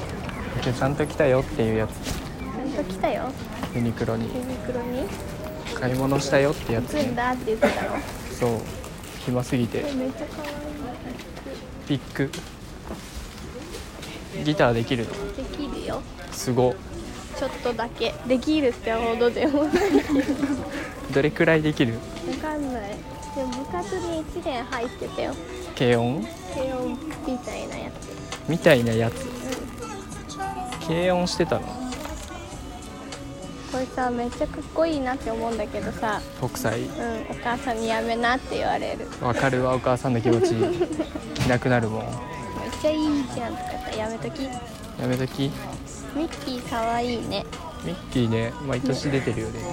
けどちゃんと来たよっていうやつちゃんと来たよユニクロにユニクロに買い物したよってやつ「ずんだ」って言ってたのそう暇すぎてえめっちゃ可愛ピックギターできるのいできるよすごちょっとだけできるってほどでもないどれくらいできる分かんないでも部活に1年入ってたよ軽音低音みたいなやつみたいなやつ軽音してたのこれさめっちゃかっこいいなって思うんだけどさ北斎うんお母さんにやめなって言われるわかるわお母さんの気持ちいなくなるもんめっちゃいいじゃんとかさやめときやめときミッキーかわいいねミッキーね毎年出てるよねね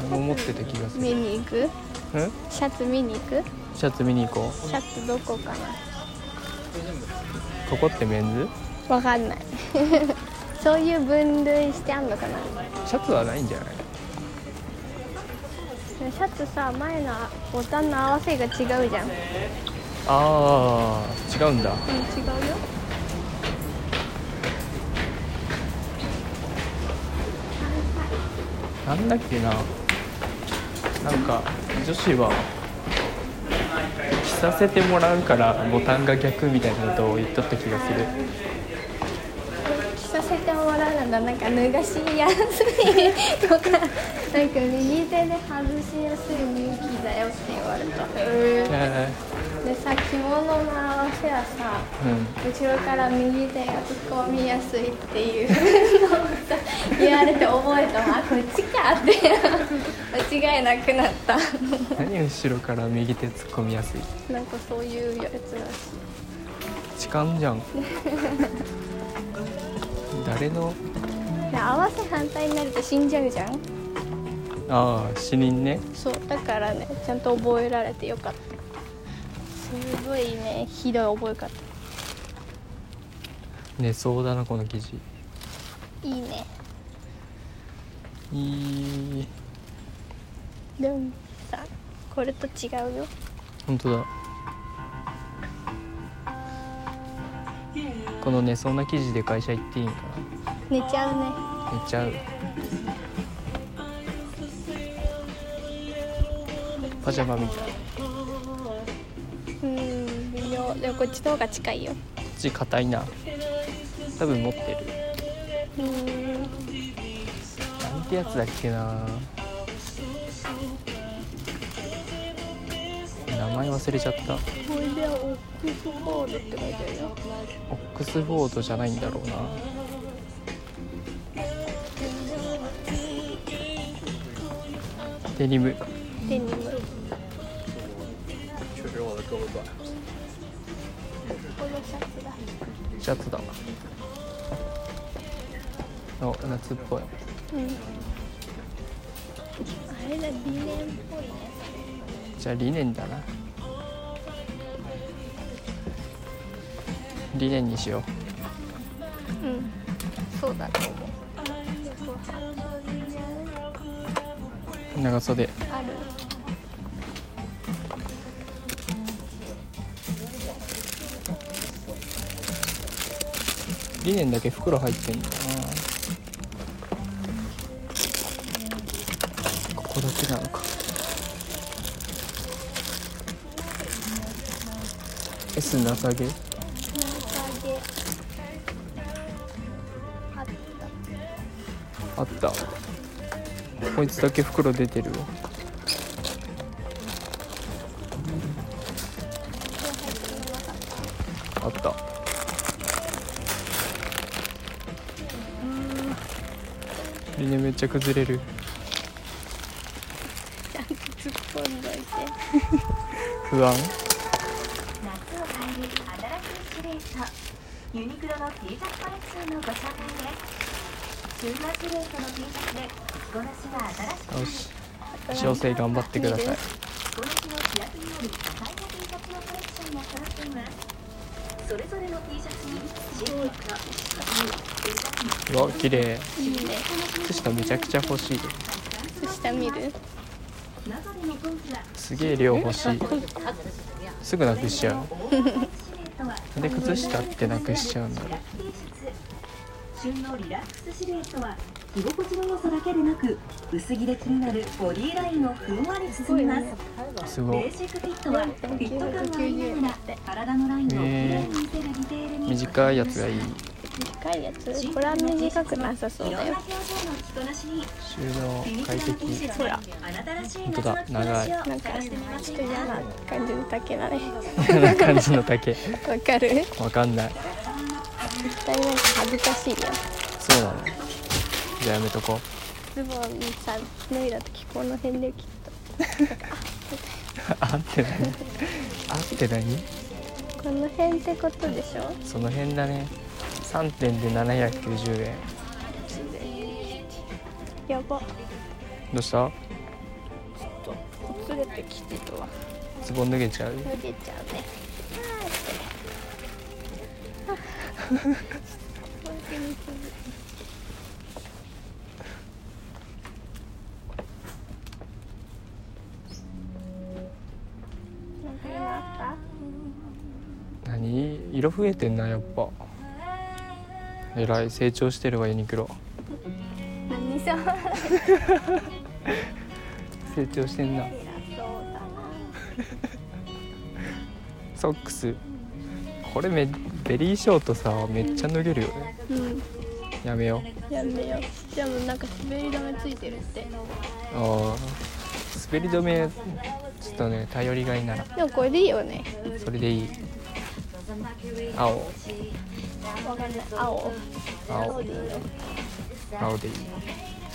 俺も持ってた気がする見に行くうんシャツ見に行くシャツ見に行こシャツどこかなうここってメンズわかんない そういう分類してあんのかなシャツはないんじゃないシャツさ前のボタンの合わせが違うじゃんうん違ああ違うんだうよなんだっけななんか女子は着させてもらうからボタンが逆みたいなことを言っとった気がする着させてもらうのだなんか脱がしやすいとか なんか右手で外しやすいミッキーだよって言われたでへさ着物の合わせはさえうん後ろから右手が突っ込みやすいっていうのをさ言われて覚えたわあこっちかって間違いなくなった何後ろから右手突っ込みやすいなんかそういうやつらし痴漢じゃん誰のいで合わせ反対になると死んじゃうじゃんああ死人ねそうだからねちゃんと覚えられてよかったすごいねひどい覚え方寝そうだなこの記事いいねいいでもさこれと違うよ本当だこの寝そうな記事で会社行っていいんか寝ちゃうな寝ちゃうパジャマみたいこねうん微妙でもこっちの方が近いよっち硬いな多分持ってるうんなんてやつだっけな名前忘れちゃったオこれでオックスフォードって書いてあるよックスフォードじゃないんだろうなデニムデニムこのシャツだシャツだお夏っぽいうんあれだリネンっぽいねじゃあリネンだなリネンにしよううんそうだと思う長袖あるリネンだけ袋入ってんだなここだけなのか「S なさげ」なんかであったあったこいつだけ袋出てるわあったリネめっちゃ崩れるちゃんと突っ込んどいて不安夏を変える新しいシルエットユニクロの T シャツコレクションのご紹介です中和シルエットの T シャツで着こなしはよ新しし調整頑張ってくださいく着こなしの主役になる多彩な T シャツのコレクションも揃っていますそれぞれの T シャツにシルエットデザインうわ綺麗いいね靴下めちゃくちゃ欲しい靴下見るなどでの今季はすげえ量欲しいすぐなくしちゃうなんで靴下ってなくしちゃうんだろう T シャツ旬のリラックスシルエットは着心地の良さだけでなく薄着で気になるボディラインをふんわり進みますすベごいーシックフィットはフィット感がありながら体のラインをきれいに見せるディテールに短いやつがいい短いやつこれは短くなさそうだいろんよな表情の着こなしに収納快適ほらあなたらしい本当だ夏の着こなし長をなんか探してみまちせょんっと嫌かな感じの竹だねこんな感じの竹わかるわかんない絶対なんか恥ずかしいよそうなのじゃあやめとこズボンさ脱いだ時この辺できっうあって何あって何とこの辺ってことでしょその辺だね3点で790円やばどうしたちょっとほつれてきてたわズボン脱げちゃう脱げちゃうねあーってあ本当に気づいたなんか今あった何色増えてんなやっぱえらい成長してるわユニクロ何そう成長してんな偉そうだなソックスこれめベリーショートさめっちゃ脱げるよねうんやめようやめようでもなんか滑り止めついてるってあー滑り止めちょっとね頼りがいならでもこれでいいよねそれでいい青わかんない青青青でいいよ青でいいで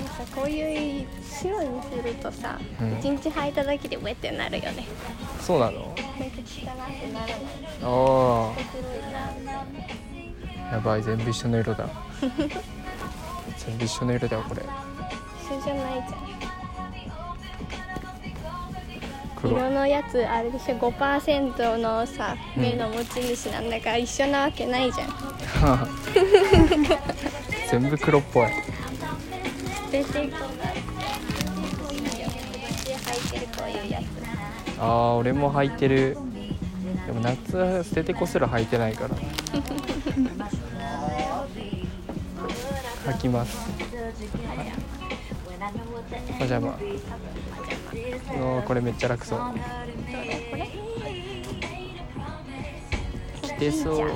もさこういう白にするとさうん一、日履いただけでウェってなるよねそうなのなんか汚くならないあ面白いなあやばい全部一緒の色だ全部一緒の色だよこれ一緒じゃないじゃん黒色のやつあれでしょ5%のさ目の持ち主なんだから一緒なわけないじゃん、 全部黒っぽい出ていくんだこういいよ私履いてるこういうやつああ俺も履いてるでも夏は捨ててこすら履いてないから履きますパジャマおーこれめっちゃ楽そうこれ着てそう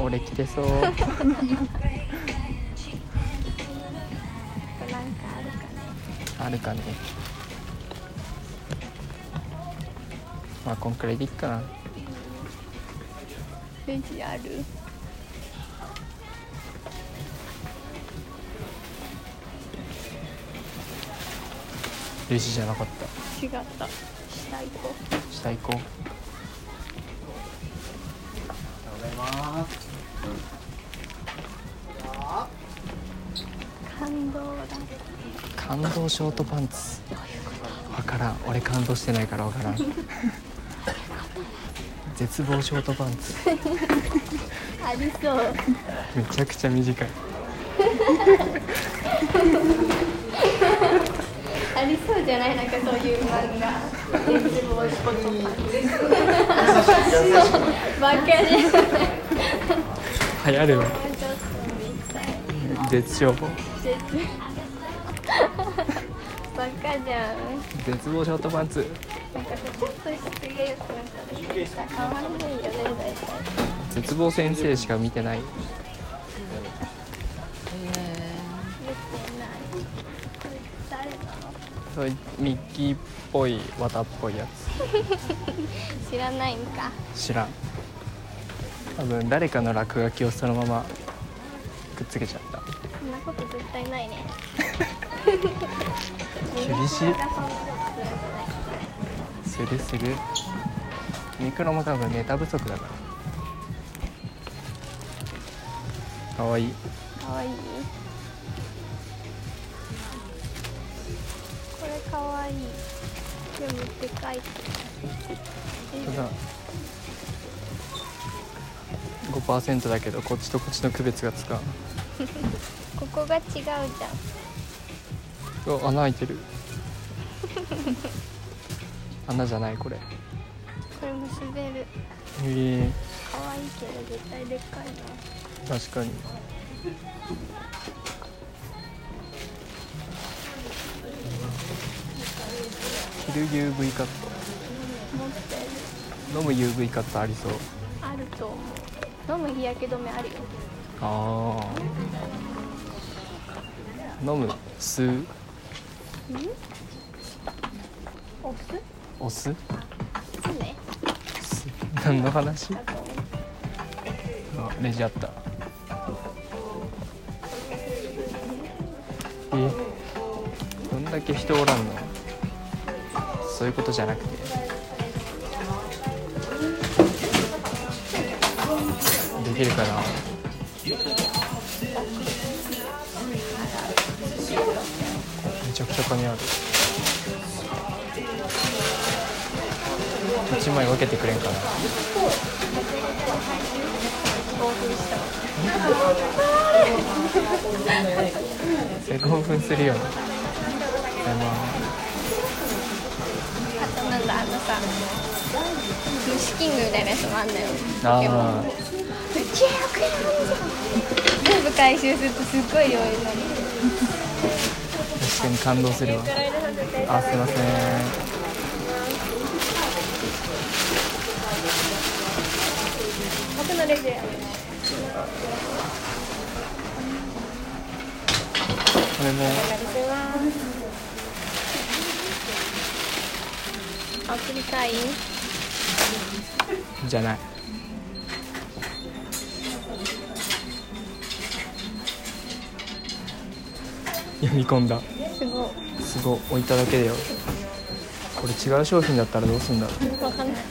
俺着てそうなんかあるかなあるかねまあこんくらいでいっかなレジあるレジじゃなかった違った下行こう下行こう感動だ感動ショートパンツわからん俺感動してないからわからん絶望ショートパンツありそうめちゃくちゃ短いありそうじゃないなんかそういう漫画絶望しことそうバカじゃない流行るわちょっと見たい絶望絶バカじゃん絶望ショートパンツなんかさちょっと失礼よなんか変わんないよね大体絶望先生しか見てない見てないこれ誰なのそういうミッキーっぽい綿っぽいや知らないんかつ知らん多分誰かの落書きをそのままくっつけちゃったそんなこと絶対ないね厳しいするするユニクロも多分ネタ不足だからかわいいかわいいこれかわいいでもでかいただ5%だけどこっちとこっちの区別がつかんここが違うじゃんうわ穴開いてる 穴じゃないこれへこれも滑るえかわいいけど絶対でかいな確かに着る UV カッ持ってるト飲む UV カットありそうあると思う飲む日焼け止めあるよああ飲む酢お酢お酢そうね酢何の話あとあレジあったえどんだけ人おらんのそういうことじゃなくてできるかなめちゃくちゃ金ある1枚分けてくれんかな興奮したそれ興奮するよねでもあとなんだあのさ虫キングみたいなやつもあんだよあポケモンあ1億円全部回収するとすっごい量になる確かに感動するわあすいません僕のレジやこれもあ送りたいじゃない読み込んだすごいすごい置いただけだよこれ違う商品だったらどうすんだろうわかんない